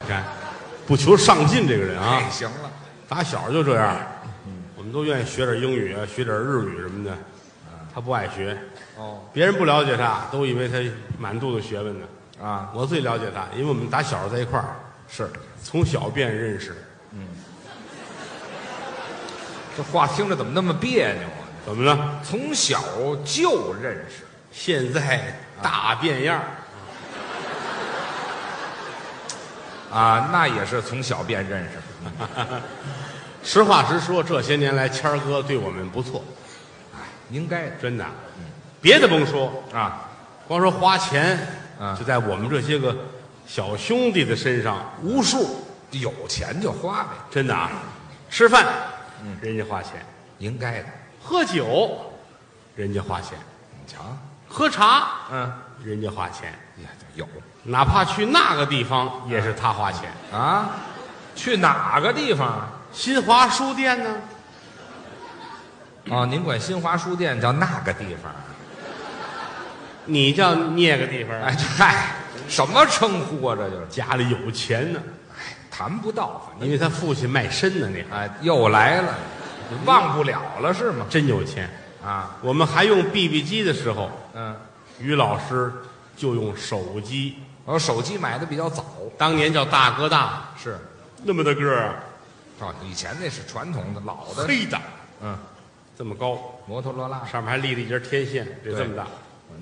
你看，不求上进这个人啊哎，，行了，打小就这样。我们都愿意学点英语啊，学点日语什么的，他不爱学。哦别人不了解他，都以为他满肚子学问呢。啊，我最了解他，因为我们打小在一块儿，是，从小便认识。这话听着怎么那么别扭啊？怎么了？从小就认识，现在大变样儿，啊，那也是从小便认识， 实话实说，这些年来谦儿哥对我们不错，应该的真的。别的甭说，啊，光说花钱，嗯就在我们这些个小兄弟的身上无数，有钱就花呗，真的啊。吃饭，嗯人家花钱；应该的。喝酒，人家花钱；你瞧，喝茶，嗯，人家花钱。呀，有哪怕去那个地方，也是他花钱。啊，去哪个地方啊？新华书店呢，哦，您管新华书店叫那个地方啊？你叫那个地方，哎，嗨，什么称呼啊？这就是家里有钱呢，谈不到，反正因为他父亲卖身呢，那还哎，又来了，忘不了了是吗？真有钱。啊，我们还用 BB 机的时候，嗯，于老师就用手机，我哦手机买的比较早，当年叫大哥大，是，那么大个儿啊，哦，以前那是传统的老的，黑的，嗯，这么高，摩托罗拉，上面还立了一截天线，得对这么大。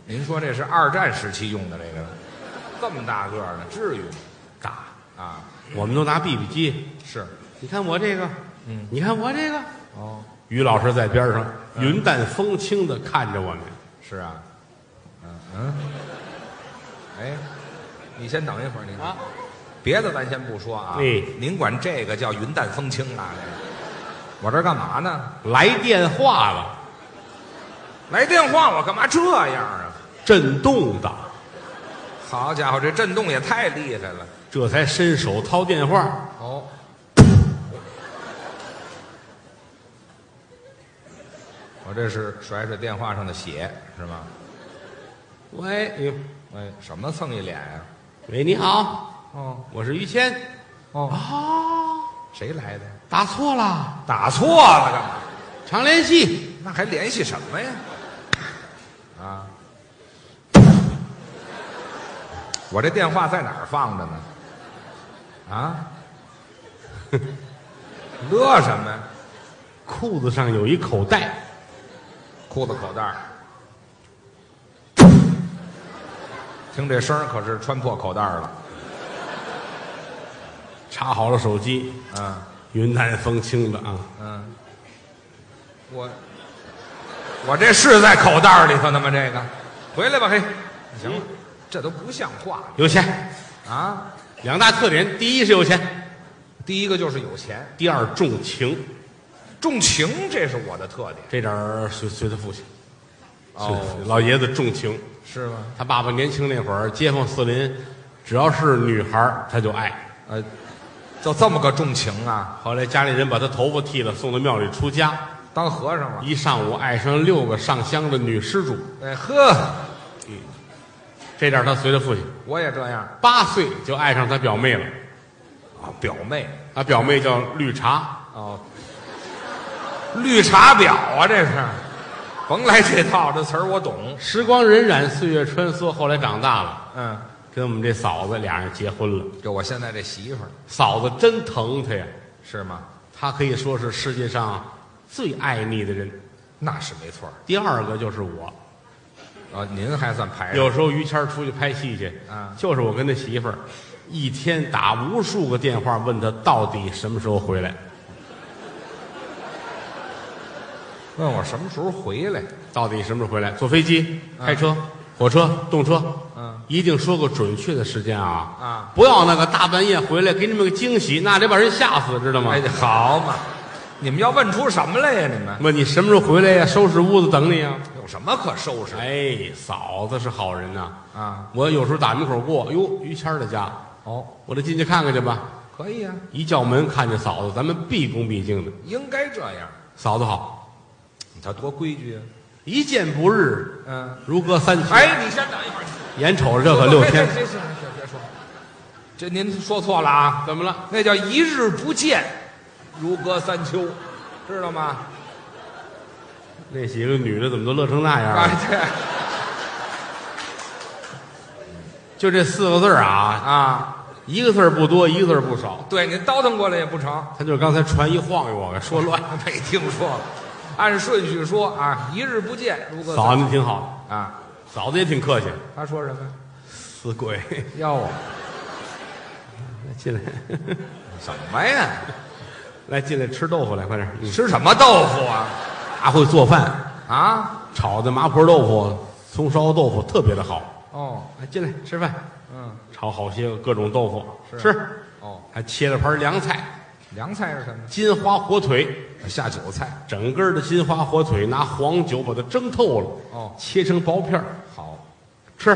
您说这是二战时期用的这个，这么大个儿呢，至于吗？大啊，我们都拿 BB 机，是，你看我这个，嗯，你看我这个。哦，于老师在边上云淡风轻的看着我们，是啊，嗯嗯，哎，你先等一会儿，您啊，别的咱先不说啊，哎您管这个叫云淡风轻啊？这个我这儿干嘛呢？来电话了，来电话我干嘛这样啊？震动的，好家伙，这震动也太厉害了！这才伸手掏电话，哦，我这是甩甩电话上的血是吗？喂，哎呦哎，什么蹭一脸呀、喂，你好，哦我是于谦。哦，啊，谁来的？打错了，打错了干嘛？常联系。那还联系什么呀？啊！我这电话在哪儿放着呢？啊？ 乐什么呀？裤子上有一口袋，裤子口袋儿听这声儿可是穿破口袋儿了。插好了手机，嗯云淡风轻的啊。嗯，我我这是在口袋儿里头呢吗？这个，回来吧，嘿，行了，这都不像话有钱，了啊！两大特点，第一是有钱，第一个就是有钱，第二重情，重情，这是我的特点，这点儿随随他父亲，随他父亲哦老爷子重情。是吗？他爸爸年轻那会儿，街坊四邻只要是女孩儿他就爱。呃，就这么个重情啊，后来家里人把他头发剃了，送到庙里出家，当和尚了。一上午爱上六个上香的女施主。哎呵，这点儿他随他父亲，我也这样八岁就爱上他表妹了，啊，表妹他表妹叫绿茶，哦，绿茶婊啊，这是，甭来这套，这词儿我懂。时光荏苒，岁月穿梭，后来长大了，嗯，跟我们这嫂子俩人结婚了。就我现在这媳妇儿嫂子真疼他呀，是吗？他可以说是世界上最爱你的人。那是没错儿第二个就是我，啊，您还算排着有时候于谦儿出去拍戏去，啊就是我跟他媳妇儿，一天打无数个电话问他到底什么时候回来。问我什么时候回来？到底什么时候回来？坐飞机、嗯开车、火车、动车，嗯，一定说个准确的时间啊！啊，不要那个大半夜回来给你们个惊喜，那得把人吓死，知道吗哎？，好嘛，你们要问出什么来呀？你们问你什么时候回来呀？收拾屋子等你啊！有什么可收拾的哎，嫂子是好人呐、啊？我有时候打门口过，哟，于谦儿的家，哦，我得进去看看去吧。可以啊，一叫门，看见嫂子，咱们毕恭毕敬的。应该这样。嫂子好，他多规矩啊！一见不日，嗯，如隔三秋。，哎，你先等一会儿，眼瞅着这可六天，别别别别别说，这您说错了啊， 怎么了？那叫一日不见，如隔三秋，知道吗？ 那几个女的怎么都乐成那样啊了？，对就这四个字儿啊，啊，一个字儿不多，一个字儿不少。对，您倒腾过来也不成，他就是刚才船一晃悠，我给说 乱。没听说过。按顺序说啊，一日不见，如隔嫂三子挺好，秋啊。嫂子也挺客气。他说什么呀？死鬼，要我进来， 什么呀？来进来吃豆腐来，快点！嗯吃什么豆腐啊？大会做饭，啊？炒的麻婆豆腐、葱烧豆腐特别的好。哦，来进来吃饭，嗯，炒好些个各种豆腐是吃，哦，还切了盘凉菜，凉菜是什么？金华火腿，下酒菜。整根儿的金华火腿拿黄酒把它蒸透了，哦切成薄片儿好，吃。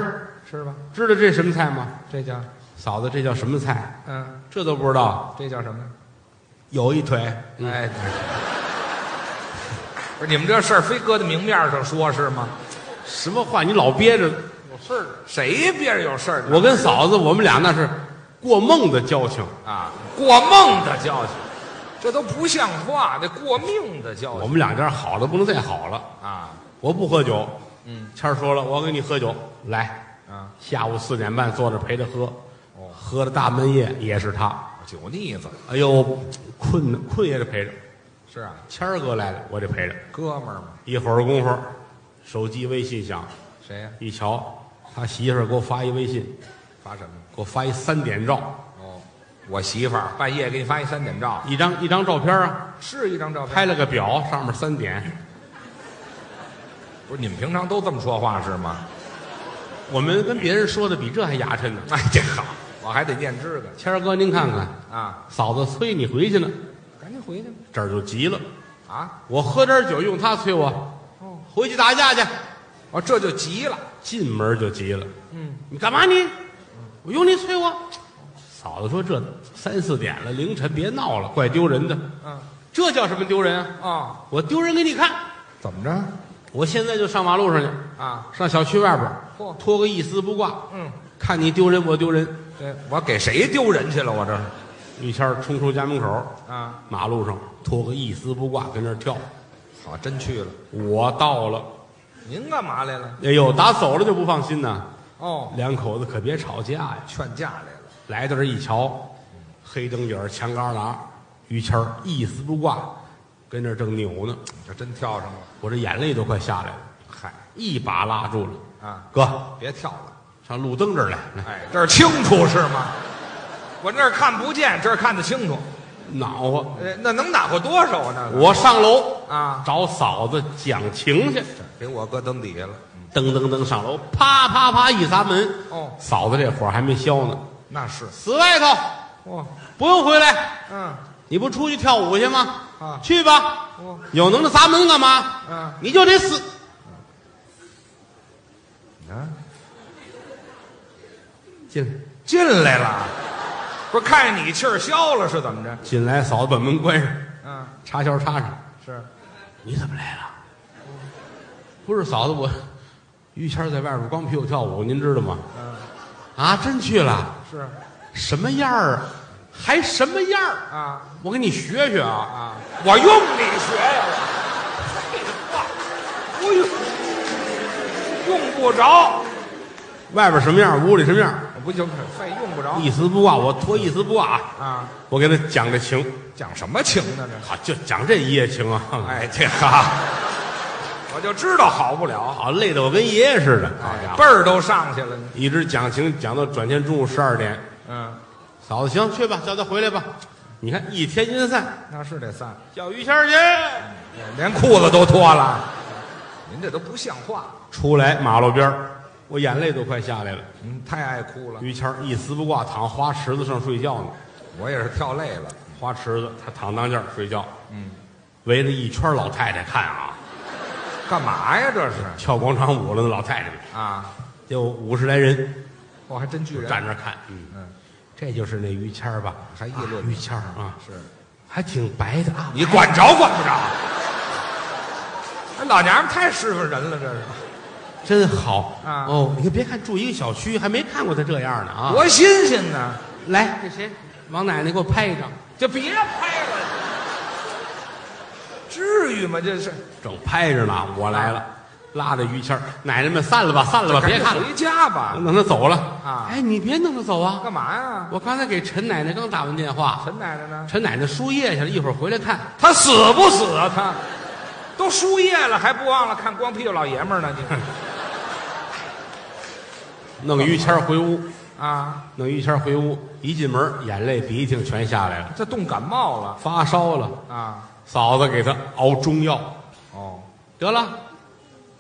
吃吧。知道这什么菜吗？这叫嫂子，这叫什么菜？嗯，这都不知道。这叫什么？有一腿，嗯哎， 不是你们这事儿非搁在明面上说是吗？什么话你老憋着？有事儿，啊谁别人有事儿呢我跟嫂子，我们俩那是过梦的交情。啊？过梦的教训，这都不像话，这过命的教我训们两家好的不能再好了。啊我不喝酒，嗯，谦儿说了，我给你喝酒，来，啊！下午四点半坐着陪着喝，哦喝了大半夜也是他。酒腻子哎呦，困呢，困也得陪着。是啊，谦儿哥来了，我得陪着。哥们儿嘛，一会儿功夫，手机微信响，谁呀、一瞧，他媳妇儿给我发一微信，发什么？给我发一三点照，哦，我媳妇儿半夜给你发一三点照，一张一张照片啊，是一张照片。拍了个表，上面三点。不是你们平常都这么说话是吗？我们跟别人说的比这还牙碜呢。哎，这好，我还得念这个谦儿哥，您看看，啊，嫂子催你回去呢，赶紧回去吧这儿就急了。啊！我喝点酒，用他催我，哦，回去打架去。哦，这就急了，进门就急了，嗯，你干嘛你？我用你催我。嫂子说这三四点了，凌晨别闹了，怪丢人的。嗯这叫什么丢人啊？啊，我丢人给你看，怎么着我现在就上马路上去，啊？上小区外边儿嚯，脱个一丝不挂，嗯，看你丢人我丢人。对，我给谁丢人去了？我这是于谦儿冲出家门口，啊，马路上脱个一丝不挂，跟那儿跳。好，真去了。我到了，您干嘛来了？哎呦，打走了就不放心呐。哦，两口子可别吵架呀。劝架来了。来到这儿一瞧，黑灯影儿墙旮旯，于谦儿一丝不挂，跟那儿正扭呢。这真跳上了，我这眼泪都快下来了，嗨一把拉住了啊，哥，别跳了，上路灯这儿来，来哎，这儿清楚是吗？哦我那儿看不见，这儿看得清楚，恼啊！呃，那能打过多少啊？那个我上楼啊，找嫂子讲情去，给我搁灯底下了，噔噔噔上楼，啪啪啪一砸门，哦嫂子这火还没消呢，那是，死外头，哇，不用回来，哦嗯，你不出去跳舞去吗？啊去吧，哇，有能耐砸门干嘛？嗯，你就得死。啊，进来，进来了，不是看见你气儿消了是怎么着？进来，嫂子把门关上，嗯，插销插上。是，你怎么来了？不是嫂子，我于谦儿在外边光屁股跳舞，您知道吗？嗯，啊，真去了，是什么样儿啊？还什么样儿？啊我给你学学啊！啊，我用你学呀，我废话，不用，用不着，外边什么样，屋里什么样，我不就是费用不着一丝不挂，我脱一丝不挂啊！啊？我给他讲这情，讲什么情呢这？好，就讲这一夜情啊！ 哎，这哈，我就知道好不了，好啊累的我跟爷爷似的，好哎家，辈伙！儿都上去了，一直讲情讲到转天中午十二点，嗯，嫂子行，去吧，叫他回来吧。你看一天阴散，那是得散，叫于谦儿去。连裤子都脱了，您这都不像话，出来马路边儿我眼泪都快下来了。您太爱哭了，于谦儿一丝不挂躺花池子上睡觉呢，我也是跳累了。花池子他躺当间儿睡觉，嗯，围着一圈儿老太太看啊，干嘛呀？这是跳广场舞了那老太太们，啊，有五十来人我还真巨人站那儿看，嗯，嗯，这就是那于谦儿吧？还议论啊于谦儿啊，是还挺白的啊。你管着管 不着？这老娘们太侍奉人了，这是真好啊哦，你看别看住一个小区，还没看过他这样呢啊！多新鲜呢！来，这谁？王奶奶给我拍一张，就别拍了，至于吗？这是正拍着呢，我来了，拉着于谦儿，奶奶们散了吧，散了吧，别看赶紧了，回家吧。弄他走了啊哎，你别弄他走啊！干嘛呀？我刚才给陈奶奶刚打完电话，陈奶奶呢？陈奶奶输液去了，一会儿回来看。他死不死啊？他 都输液了，还不忘了看光屁股老爷们儿呢？ 你弄于谦儿回屋，啊，弄于谦儿回屋，一进门眼泪鼻涕全下来了，这冻感冒了发烧了，啊？嫂子给他熬中药。哦，得了，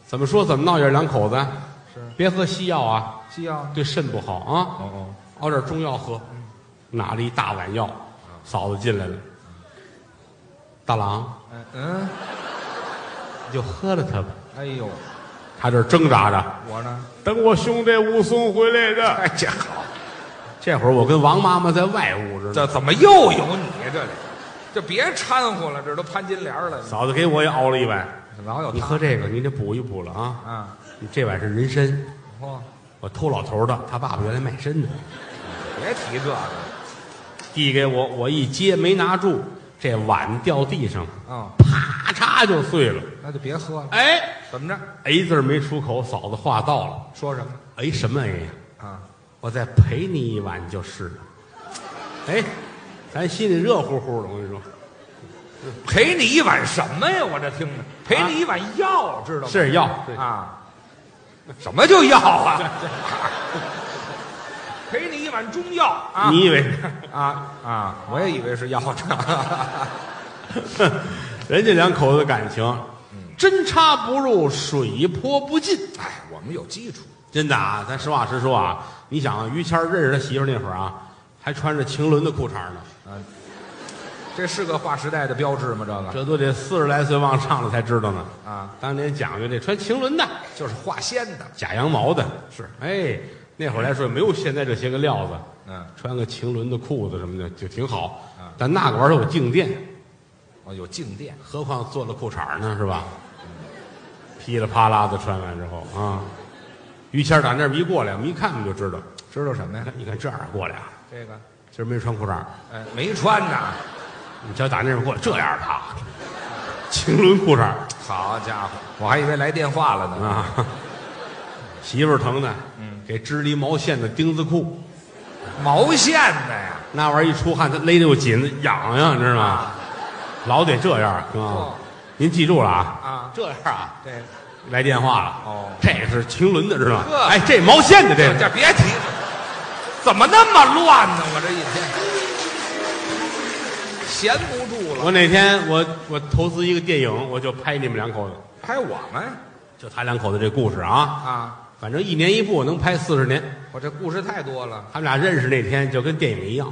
怎么说怎么闹也是两口子，啊是别喝西药啊，西药。对肾不好啊。哦哦，熬点中药喝，拿了一大碗药，嫂子进来了，大郎嗯嗯，你就喝了它吧。哎呦，他这挣扎着，我呢？等我兄弟武松回来的。哎，这好，这会儿我跟王妈妈在外屋着呢，这怎么又有你这里？这别掺和了，这都潘金莲了，嫂子给我也熬了一碗，老有你喝这个你得补一补了啊。啊？你这碗是人参，嚯，我偷老头的，他爸爸原来卖参的，别提这个了。递给我，我一接没拿住，这碗掉地上了。嗯，啪嚓就碎了。那就别喝了。哎怎么着？ ，A 字没出口，嫂子话到了。说什么？哎，什么 A 呀、啊，我再陪你一晚就是了。哎，咱心里热乎乎的，我跟你说，赔你一碗什么呀？我这听着，赔你一碗药，知道吗？是药。对啊，什么就药啊？ 赔你一碗中药啊！你以为？ 啊啊！我也以为是药厂。人家两口子感情，针插不入，水泼不进。 哎，我们有基础。真的啊，咱实话实说啊，你想啊于谦儿认识他媳妇儿那会儿啊，还穿着晴纶的裤衩呢，嗯，这是个划时代的标志吗？这个这都得四十来岁往上了才知道呢。啊，当年讲究这穿晴纶的，就是化纤的。假羊毛的，是，哎，那会儿来说也没有现在这些个料子，嗯，穿个晴纶的裤子什么的就挺好啊。但那个玩意儿有静电，哦，有静电。何况做了裤衩呢，是吧？噼里啪啦的穿完之后啊，于谦儿打那边一过来，我们一看我们就知道，知道什么你呀看，你看这样过来啊，这个，今儿没穿裤衩，哎，没穿呢。你瞧打那边过来这样的啊，晴纶裤衩好家伙，我还以为来电话了呢。啊，媳妇儿疼的，嗯，给织了一毛线的钉子裤，毛线的呀。那玩意儿一出汗，它勒得又紧，痒痒，你知道吗？老得这样啊哦！您记住了啊，啊，这样啊，这来电话了。哦这个是晴纶的，知道吗呵？哎，这毛线的这这个，这别提了，怎么那么乱呢？我这一天闲不住了，我哪天我我投资一个电影，我就拍你们两口子，拍我们就他两口子这故事啊。啊！反正一年一部，能拍四十年。我这故事太多了，他们俩认识那天就跟电影一样，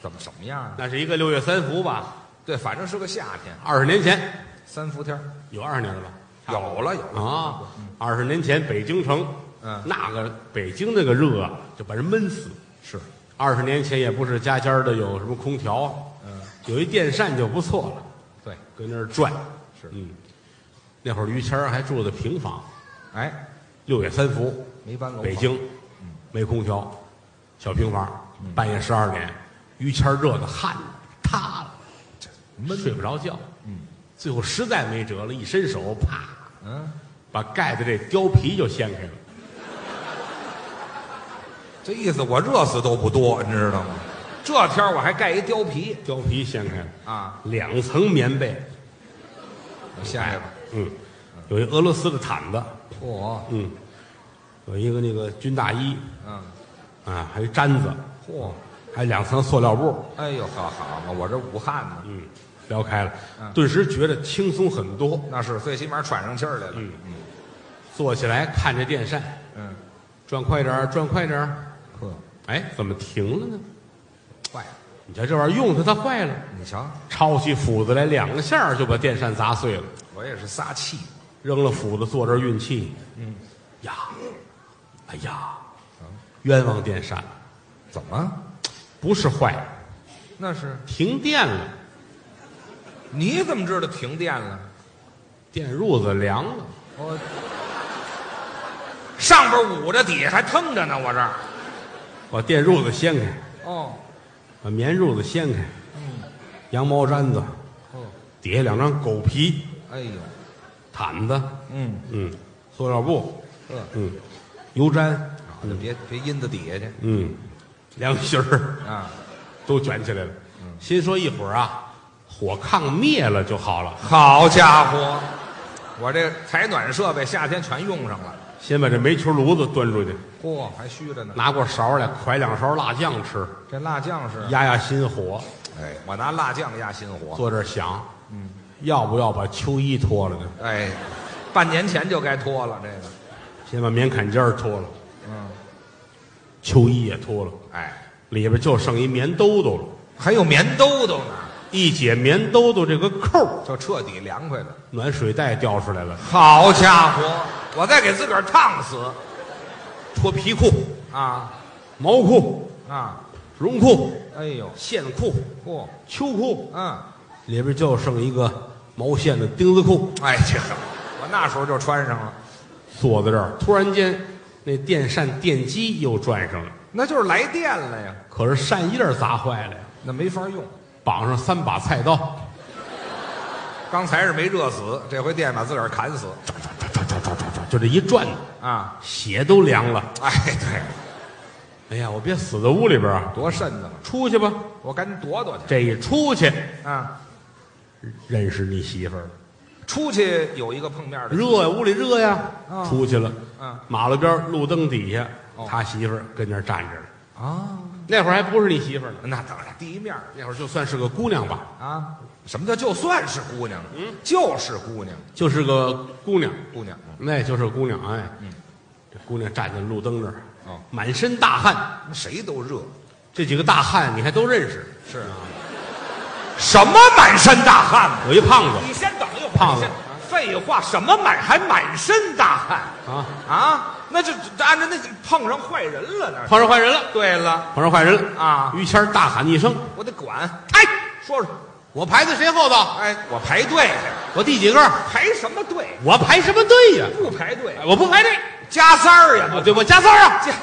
怎么什么样啊？那是一个六月三伏吧，对，反正是个夏天，二十年前三伏天儿有二十年了吧？差不多有了有了，啊，二十年前北京城，嗯那个北京那个热啊，就把人闷死。是，二十年前也不是家家的有什么空调啊，嗯，有一电扇就不错了，对，跟那儿转。是嗯，那会儿于谦儿还住的平房，哎，六月三伏，嗯没搬楼，北，京，没空调，小平房，半夜十二点，于谦儿热的汗塌了，闷睡不着觉。嗯最后实在没辙了，一伸手，啪，嗯，把盖子这貂皮就掀开了。这意思我热死都不多，你知道吗？这天儿我还盖一貂皮貂皮掀开了，啊，两层棉被，我下来吧，嗯，有一俄罗斯的毯子，嚯，嗯，有一个那个军大衣，嗯，啊，还有一毡子，嚯，还有两层塑料布，哎呦，好好嘛，我这武汉呢，嗯，撩开了，嗯顿时觉得轻松很多。那是最起码喘上气儿来了，嗯坐起来看着电扇，嗯，转快点儿，转快点儿，呵，哎，怎么停了呢？坏了，你瞧这玩意儿用它，它坏了，你瞧，抄起斧子来两下儿就把电扇砸碎了，我也是撒气，扔了斧子坐这儿运气，嗯，呀，哎呀，冤枉电扇了。怎么？不是坏，那是停电了，你怎么知道停电了？电褥子凉了，我上边捂着，底下还腾着呢，我这儿把电褥子掀开，哦，把棉褥子掀开，羊毛毡子，哦，底下两张狗皮哎呦，毯子，嗯，嗯，塑料布，呵，嗯，油毡，好就别别阴到底下去嗯，凉席儿啊。都卷起来了。心说一会儿啊，火炕灭了就好了，好家伙，我这采暖设备夏天全用上了，先把这煤球炉子端出去，嚯、还虚着呢。拿过勺来㧟两勺辣酱吃，这辣酱是，压压心火。哎，我拿辣酱压心火。坐这儿想，要不要把秋衣脱了呢？哎，半年前就该脱了这个。先把棉坎肩儿脱了，嗯，秋衣也脱了，哎，里边就剩一棉兜兜了。还有棉兜兜呢，一解棉兜兜这个扣儿，就彻底凉快了。暖水袋掉出来了，好家伙，我再给自个儿烫死脱皮裤、啊毛裤、啊！绒裤、哎呦，线裤、嚯、秋裤，嗯，里边就剩一个毛线的钉子裤。哎这个我那时候就穿上了，坐在这儿，突然间，那电扇电机又转上了，那就是来电了呀，可是扇叶儿砸坏了呀，那没法用。绑上三把菜刀，刚才是没热死，这回电把自个儿砍死就这一转，啊！血都凉了。哎，对，哎呀，我别死在屋里边啊！多瘆得慌，出去吧，我赶紧躲躲去这一出去，啊！认识你媳妇儿了，出去有一个碰面的机会热呀，屋里热呀，啊出去了。啊马路边儿路灯底下哦，他媳妇儿跟那儿站着呢。啊，那会儿还不是你媳妇儿呢，那当然，第一面儿那会儿就算是个姑娘吧，啊，什么叫就算是姑娘？嗯，就是姑娘，就是个姑娘，姑娘，那就是姑娘。哎嗯，这姑娘站在路灯那儿，哦，满身大汗。谁都热，这几个大汉你还都认识？是啊，什么满身大汗？有一胖子你先等一会儿，胖子你先废话，什么满还满身大汗啊，啊？那就就按照那碰上坏人了，那是碰上坏人了，对了碰上坏人了！啊，于谦儿大喊一声我得管。哎，说说，：“我排在谁后头？哎，我排队去，我第几个？排什么队？我排什么队呀？不排队哎，我不排队。”加塞儿呀！啊，对，我加塞儿啊，这怎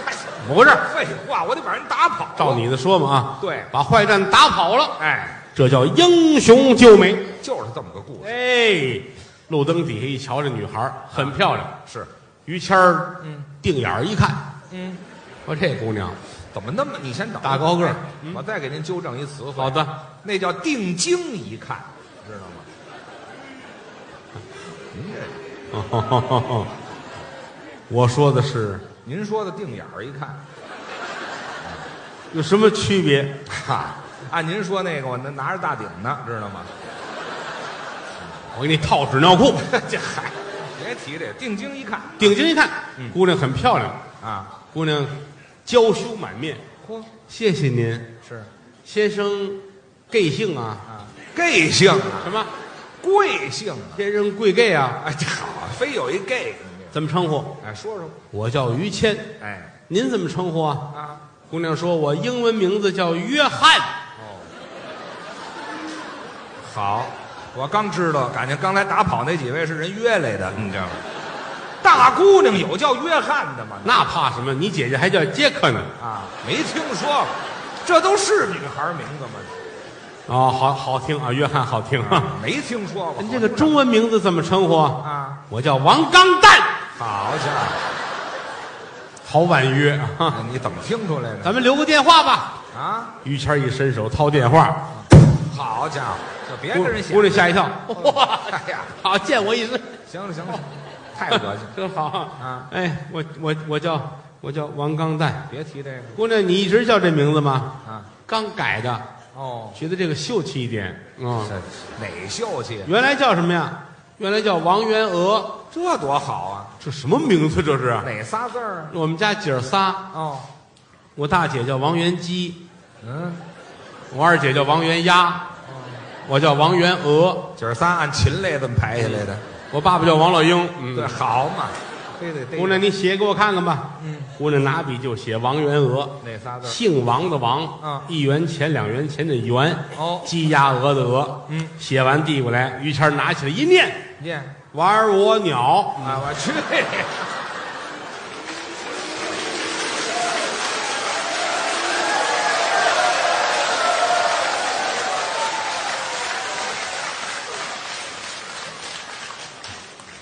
么回事？废话，我得把人打跑。照你的说嘛啊，对把坏蛋打跑了，哎，这叫英雄救美。就是这么个故事。哎，路灯底下一瞧，这女孩儿很漂亮。是，于谦儿嗯定眼儿一看，嗯，说这姑娘怎么那么？你先等哎大高个儿，我再给您纠正一词汇。好，的，那叫定睛一看，知道吗？您这， 我说的是您说的定眼儿一看，有什么区别？ 哈，啊按您说那个，我那拿着大顶呢，知道吗？ 我给你套纸尿裤。这嗨，别提这，定睛一看定睛一看，嗯姑娘很漂亮，啊，姑娘娇羞满面。嚯，谢谢您，是先生贵姓啊？啊，gay 性啊，什么？贵性啊，先生贵 gay 啊？哎，这好，非有一 gay，怎么称呼？哎，说说，我叫于谦，哎您怎么称呼啊？啊，姑娘说，我英文名字叫约翰。哦，好，我刚知道，感觉刚才打跑那几位是人约来的，你知道吗？大姑娘有叫约翰的吗？那怕什么？你姐姐还叫杰克呢。啊，没听说过，这都是女孩名字吗？哦，好好听啊，约翰好听 啊。没听说过。您这个中文名字怎么称呼啊？啊，我叫王刚蛋，好家好婉约 啊。伙，你怎么听出来的？咱们留个电话吧。啊，于谦一伸手掏电话，好家伙，就别姑跟人显姑娘吓一跳，哇！哎呀，好，见我一身，行了行了，太恶心了，真好啊！哎，我我我叫我叫王刚蛋，别提这个姑娘，你一直叫这名字吗？啊。刚改的，哦，觉得这个秀气一点啊。这哪秀气？原来叫什么呀？原来叫王元娥，这多好啊！这什么名字这是？哪仨字儿啊？我们家姐儿仨，哦，我大姐叫王元姬，嗯，我二姐叫王元丫，我叫王元娥，姐儿仨按禽类这么排下来的，我爸爸叫王老鹰。对，嗯，好嘛，非得逮姑娘，你写给我看看吧。嗯，姑娘拿笔就写王元娥，哪仨字儿？姓王的王，嗯一元钱两元钱的元，哦鸡鸭鹅的鹅。嗯，写完递过来，于谦拿起来一念，念玩我鸟，啊！我去，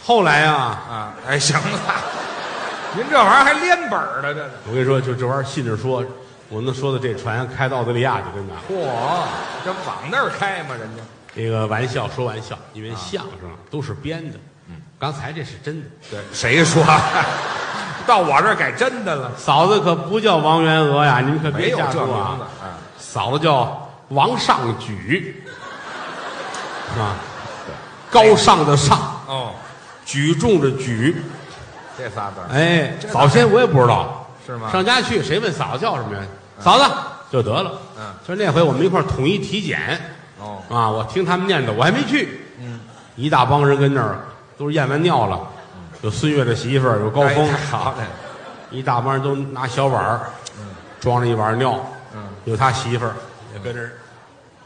后来啊，啊，哎，行了，您这玩意儿还连本儿的，这是。我跟你说，就这玩意儿信着说，我能说的这船开到澳大利亚去，真的。嚯，这往那儿开嘛，人家这个玩笑说玩笑，因为相声啊都是编的。嗯，刚才这是真的。对谁说？到我这儿改真的了，嫂子可不叫王元娥呀，你们可没别有吓这唬我名字啊！啊。嫂子叫王上举， 啊，高尚的尚，哦，举重的举。这仨字儿哎，这早先我也不知道，是吗上家去谁问嫂子叫什么呀？嫂子就得了。嗯，就那回我们一块儿统一体检，哦，啊，我听他们念叨，我还没去。嗯，一大帮人跟那儿都是验完尿了，有孙越的媳妇儿，有高峰，嗯哎好嘞，一大帮人都拿小碗儿，装了一碗尿，嗯，有他媳妇儿也跟这儿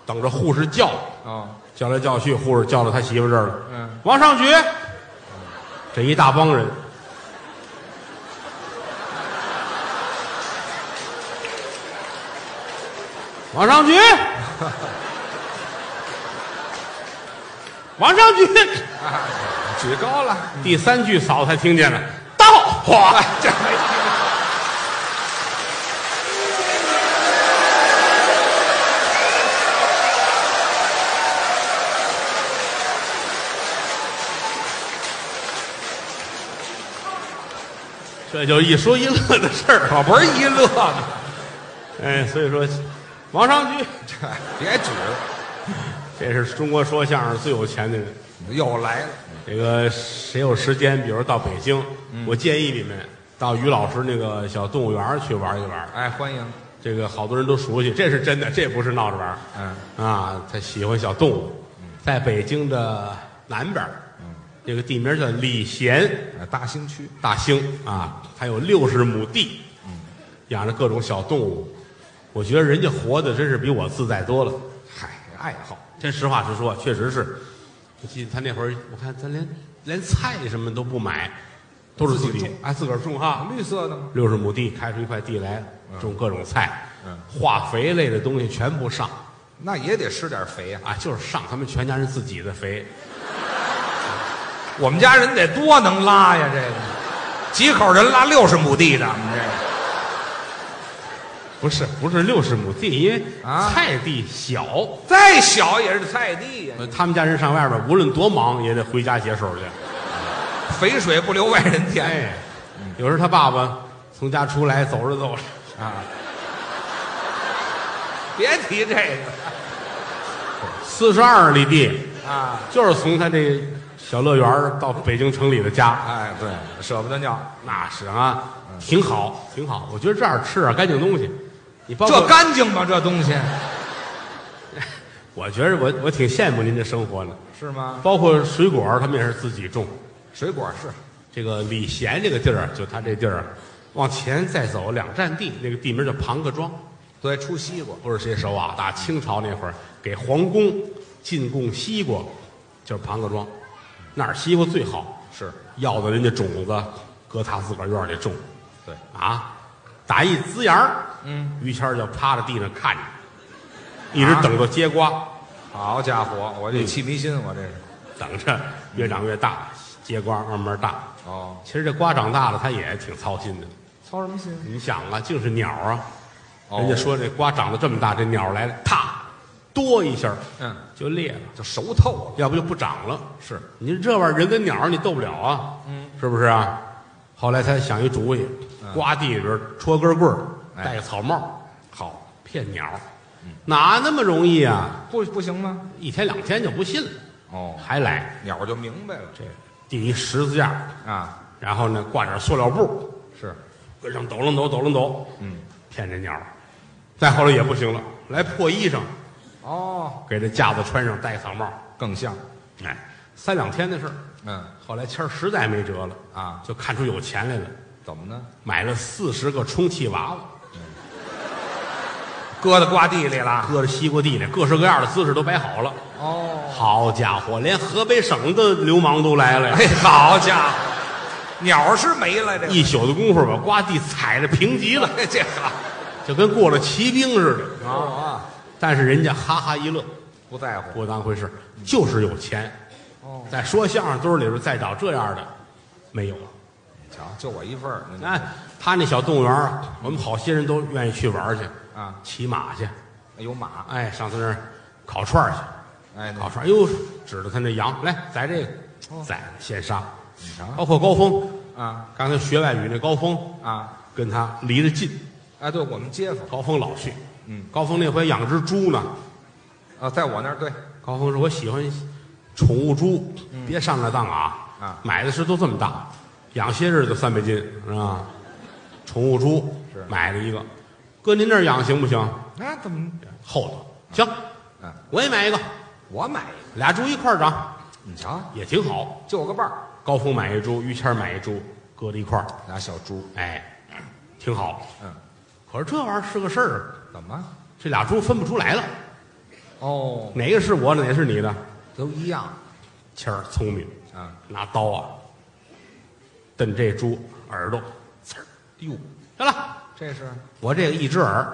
等着护士叫，哦，叫来叫去，护士叫到他媳妇儿这儿了，嗯，王上举，这一大帮人，王上 举，王上举，啊，举高了，第三句嫂子才听见了，到，嚯！这没听这就一说一乐的事儿。可不是一乐呢，哎，所以说，王上举，这别举了，这是中国说相声最有钱的人。又来了，这个谁有时间，比如到北京，我建议你们到于老师那个小动物园儿去玩一玩。哎，欢迎，这个好多人都熟悉，这是真的，这不是闹着玩儿嗯，啊。他喜欢小动物，在北京的南边儿，这个地名叫礼贤哎大兴区，大兴啊，还有六十亩地，养着各种小动物。我觉得人家活的真是比我自在多了。嗨，爱好，真实话实说，确实是。我记得他那会儿，我看他连连菜什么都不买，都是自自己己种哎自个儿种哈。绿色的吗？六十亩地开出一块地来，种各种菜，嗯化肥类的东西全不上那也得施点肥呀、啊，就是上他们全家人自己的肥。我们家人得多能拉呀，这个几口人拉六十亩地的，我们这个不是不是六十亩地，因为啊菜地小，再小也是菜地呀，呃他们家人上外边无论多忙也得回家解手去。肥水不流外人田哎，嗯有时候他爸爸从家出来走着走着，啊。别提这个四十二里地，啊，就是从他这小乐园儿到北京城里的家，哎，对，舍不得尿，那是啊，嗯挺好，挺好。我觉得这样吃点、啊干净东西，你包括这干净吗？这东西我觉得我我挺羡慕您的生活呢。是吗？包括水果儿，他们也是自己种。水果是，这个礼贤这个地儿，就他这地儿，啊往前再走两站地，那个地名叫庞各庄，对，出西瓜，不是谁熟啊？打清朝那会儿给皇宫进贡西瓜，就是庞各庄，那儿西瓜最好，是要的人家种子，搁他自个儿院儿里种。对，啊，打一呲牙儿，嗯，于谦儿就趴在地上看着，一直等到结瓜，好家伙，我这气迷心，我这是，等着越长越大，结瓜慢慢大。哦，其实这瓜长大了，他也挺操心的。操什么心？你想啊，净是鸟啊，哦人家说这瓜长得这么大，这鸟来了，啪，多一下儿嗯，就裂了，就熟透了，要不就不长了。是你这玩意儿人跟鸟儿你斗不了啊，嗯，是不是啊？后来他想一主意，刮地里边儿戳根棍儿，哎嗯戴个草帽，好骗鸟儿，哪那么容易啊？不不行吗？一天两天就不信了，哦，还来鸟就明白了这第一十字架，啊，然后呢挂点塑料布，是跟上抖楞抖抖楞抖，嗯，骗这鸟儿。再后来也不行了，来破衣裳，哦，给这架子穿上，戴个草帽，更像，哎，三两天的事儿。嗯，后来谦儿实在没辙了啊就看出有钱来了。怎么呢？买了四十个充气娃娃，搁到瓜地里了。搁着西瓜地里，各式各样的姿势都摆好了。哦，好家伙，连河北省的流氓都来了呀！哎，好家伙，鸟是没了这个，一宿的功夫把瓜地踩的平极了，哎这好就跟过了骑兵似的啊！啊，但是人家哈哈一乐，不在乎，不当回事，就是有钱。哦，在说相声堆儿里边再找这样的，没有了。你瞧，就我一份儿，你哎，他那小动物园儿啊，我们好些人都愿意去玩儿去，啊，骑马去，有马，哎，上他那儿烤串儿去，哎，烤串儿，哎呦，指着他那羊来宰这个，哦宰了现杀，你瞧包括高峰，啊刚才学外语那高峰，啊跟他离得近，啊！对我们街坊高峰老去，嗯，高峰那回养只猪呢，啊，在我那儿对高峰说我喜欢宠物猪，别上那当啊，嗯啊买的时候都这么大，养些日子三百斤是吧？宠物猪是买了一个，搁您那儿养行不行？啊，怎么厚道，行，嗯，我也买一个，我买一个，俩猪一块儿长你瞧，也挺好。就个伴儿，高峰买一猪，于谦儿买一猪，搁在一块儿，俩小猪，哎，挺好。嗯，可是这玩意儿是个事儿，怎么？这俩猪分不出来了，哦，哪个是我的，哪个是你的？都一样谦儿聪明，啊！拿刀啊，瞪这猪耳朵，呲儿，哟，行了，这是我这个一只耳，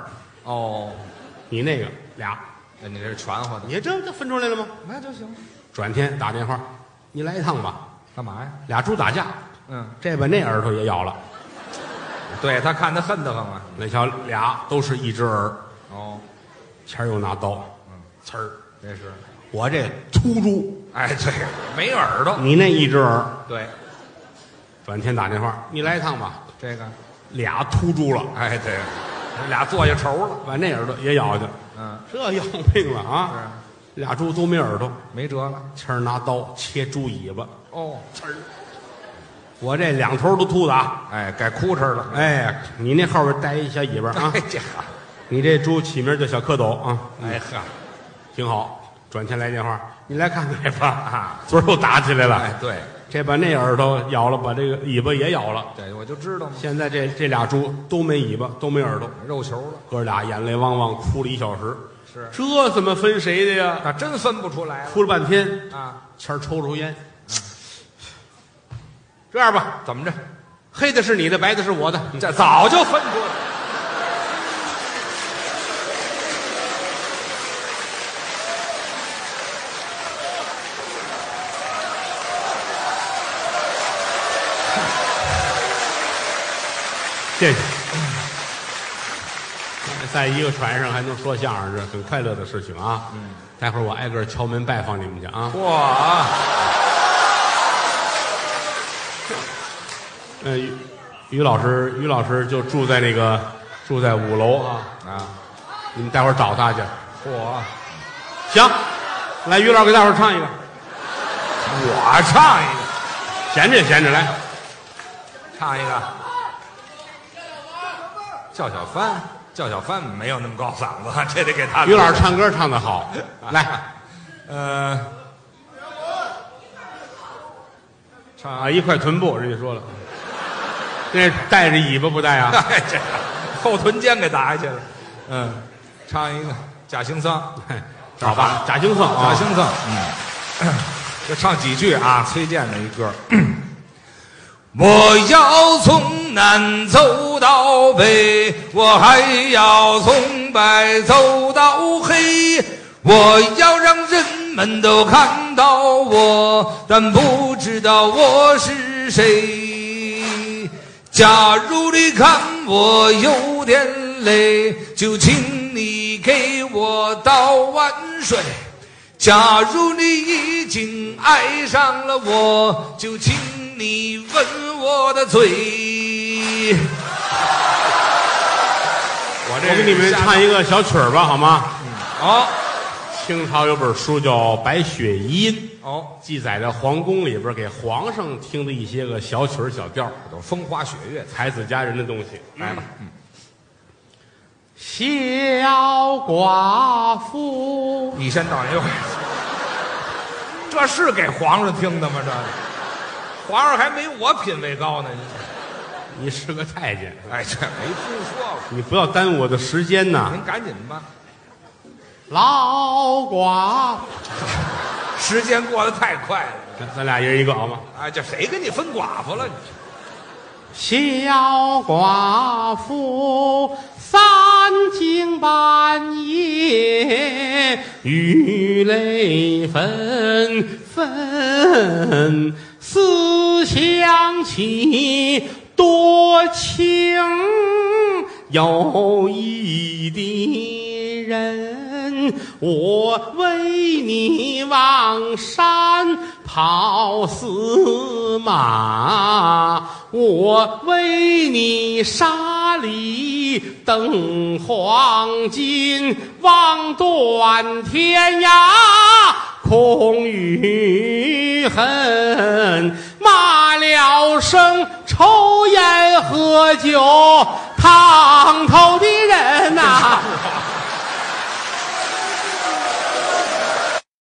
哦，哎你那个俩，你这是传唤的，你这这分出来了吗？那就行。转天打电话，你来一趟吧，干嘛呀？俩猪打架，嗯，这把那耳朵也咬了。对他看他恨得慌啊。那瞧，俩都是一只耳，哦，前儿又拿刀，嗯，呲儿，这是，我这秃猪，哎，对，没耳朵。啊你那一只耳。对， 转天打电话，你来一趟吧，这个，俩秃猪了，哎，对，这俩坐下仇了。把那耳朵也咬去，嗯，这要命了啊！是俩猪都没耳朵，没辙了。谦儿拿刀切猪尾巴，哦，我这两头都秃的啊！哎，改哭哧了。哎，你那后边带一小尾巴 啊哎，这好，你这猪起名叫小蝌蚪 啊，哎呵，挺好。转天来电话，你来看看 吧啊！昨儿又打起来哎了，，对，这把那耳朵咬了，把这个尾巴也咬了。对，我就知道嘛，现在这这俩猪都没尾巴，都没耳朵，肉球了。哥俩眼泪汪汪哭了一小时，是，这怎么分谁的呀？那真分不出来了哭了半天，啊。谦儿抽抽烟，这样吧，怎么着？黑的是你的，白的是我的，这早就分出来了。谢谢。在一个船上还能说相声，是很快乐的事情啊！嗯，待会儿我挨个敲门拜访你们去啊。哇，嗯，于于老师，于老师就住在那个住在五楼啊，啊，你们待会儿找他去。嚯，行，来，于老师给大伙儿唱一个，我唱一个，闲着也闲着来。唱一个。叫小帆，叫小帆没有那么高嗓子， 这得给他。于老师唱歌唱得好，来呃， 唱啊，一块臀部，人家说了，那带着尾巴不带啊？哎，这后臀尖给打下去了。嗯，唱一个《假行僧》， 好吧，假行僧啊假，行僧。嗯， 就唱几句啊，崔健的一歌。 我要从南走到北，我还要从白走到黑。我要让人们都看到我，但不知道我是谁。假如你看我有点累，就请你给我倒碗水。假如你已经爱上了我，就请你吻我的嘴。我我给你们唱一个小曲儿吧，好吗？哦清朝有本书叫《白雪遗音哦》，，记载着皇宫里边给皇上听的一些个小曲儿、小调儿，都风花雪月的，才子佳人的东西。来吧，嗯小寡妇，你先等一会儿。这是给皇上听的吗？这皇上还没我品位高呢。你是个太监，哎，这没听说你不要耽误我的时间过，呐。您赶紧吧，老寡妇，时间过得太快了。咱咱俩一人一个好吗？哎，这谁跟你分寡妇了？小寡妇三更半夜，雨泪纷分，思想起多情有意的人，我为你往山跑死马，我为你沙里等黄金，望断天涯。空余恨，骂了声抽烟喝酒，烫头的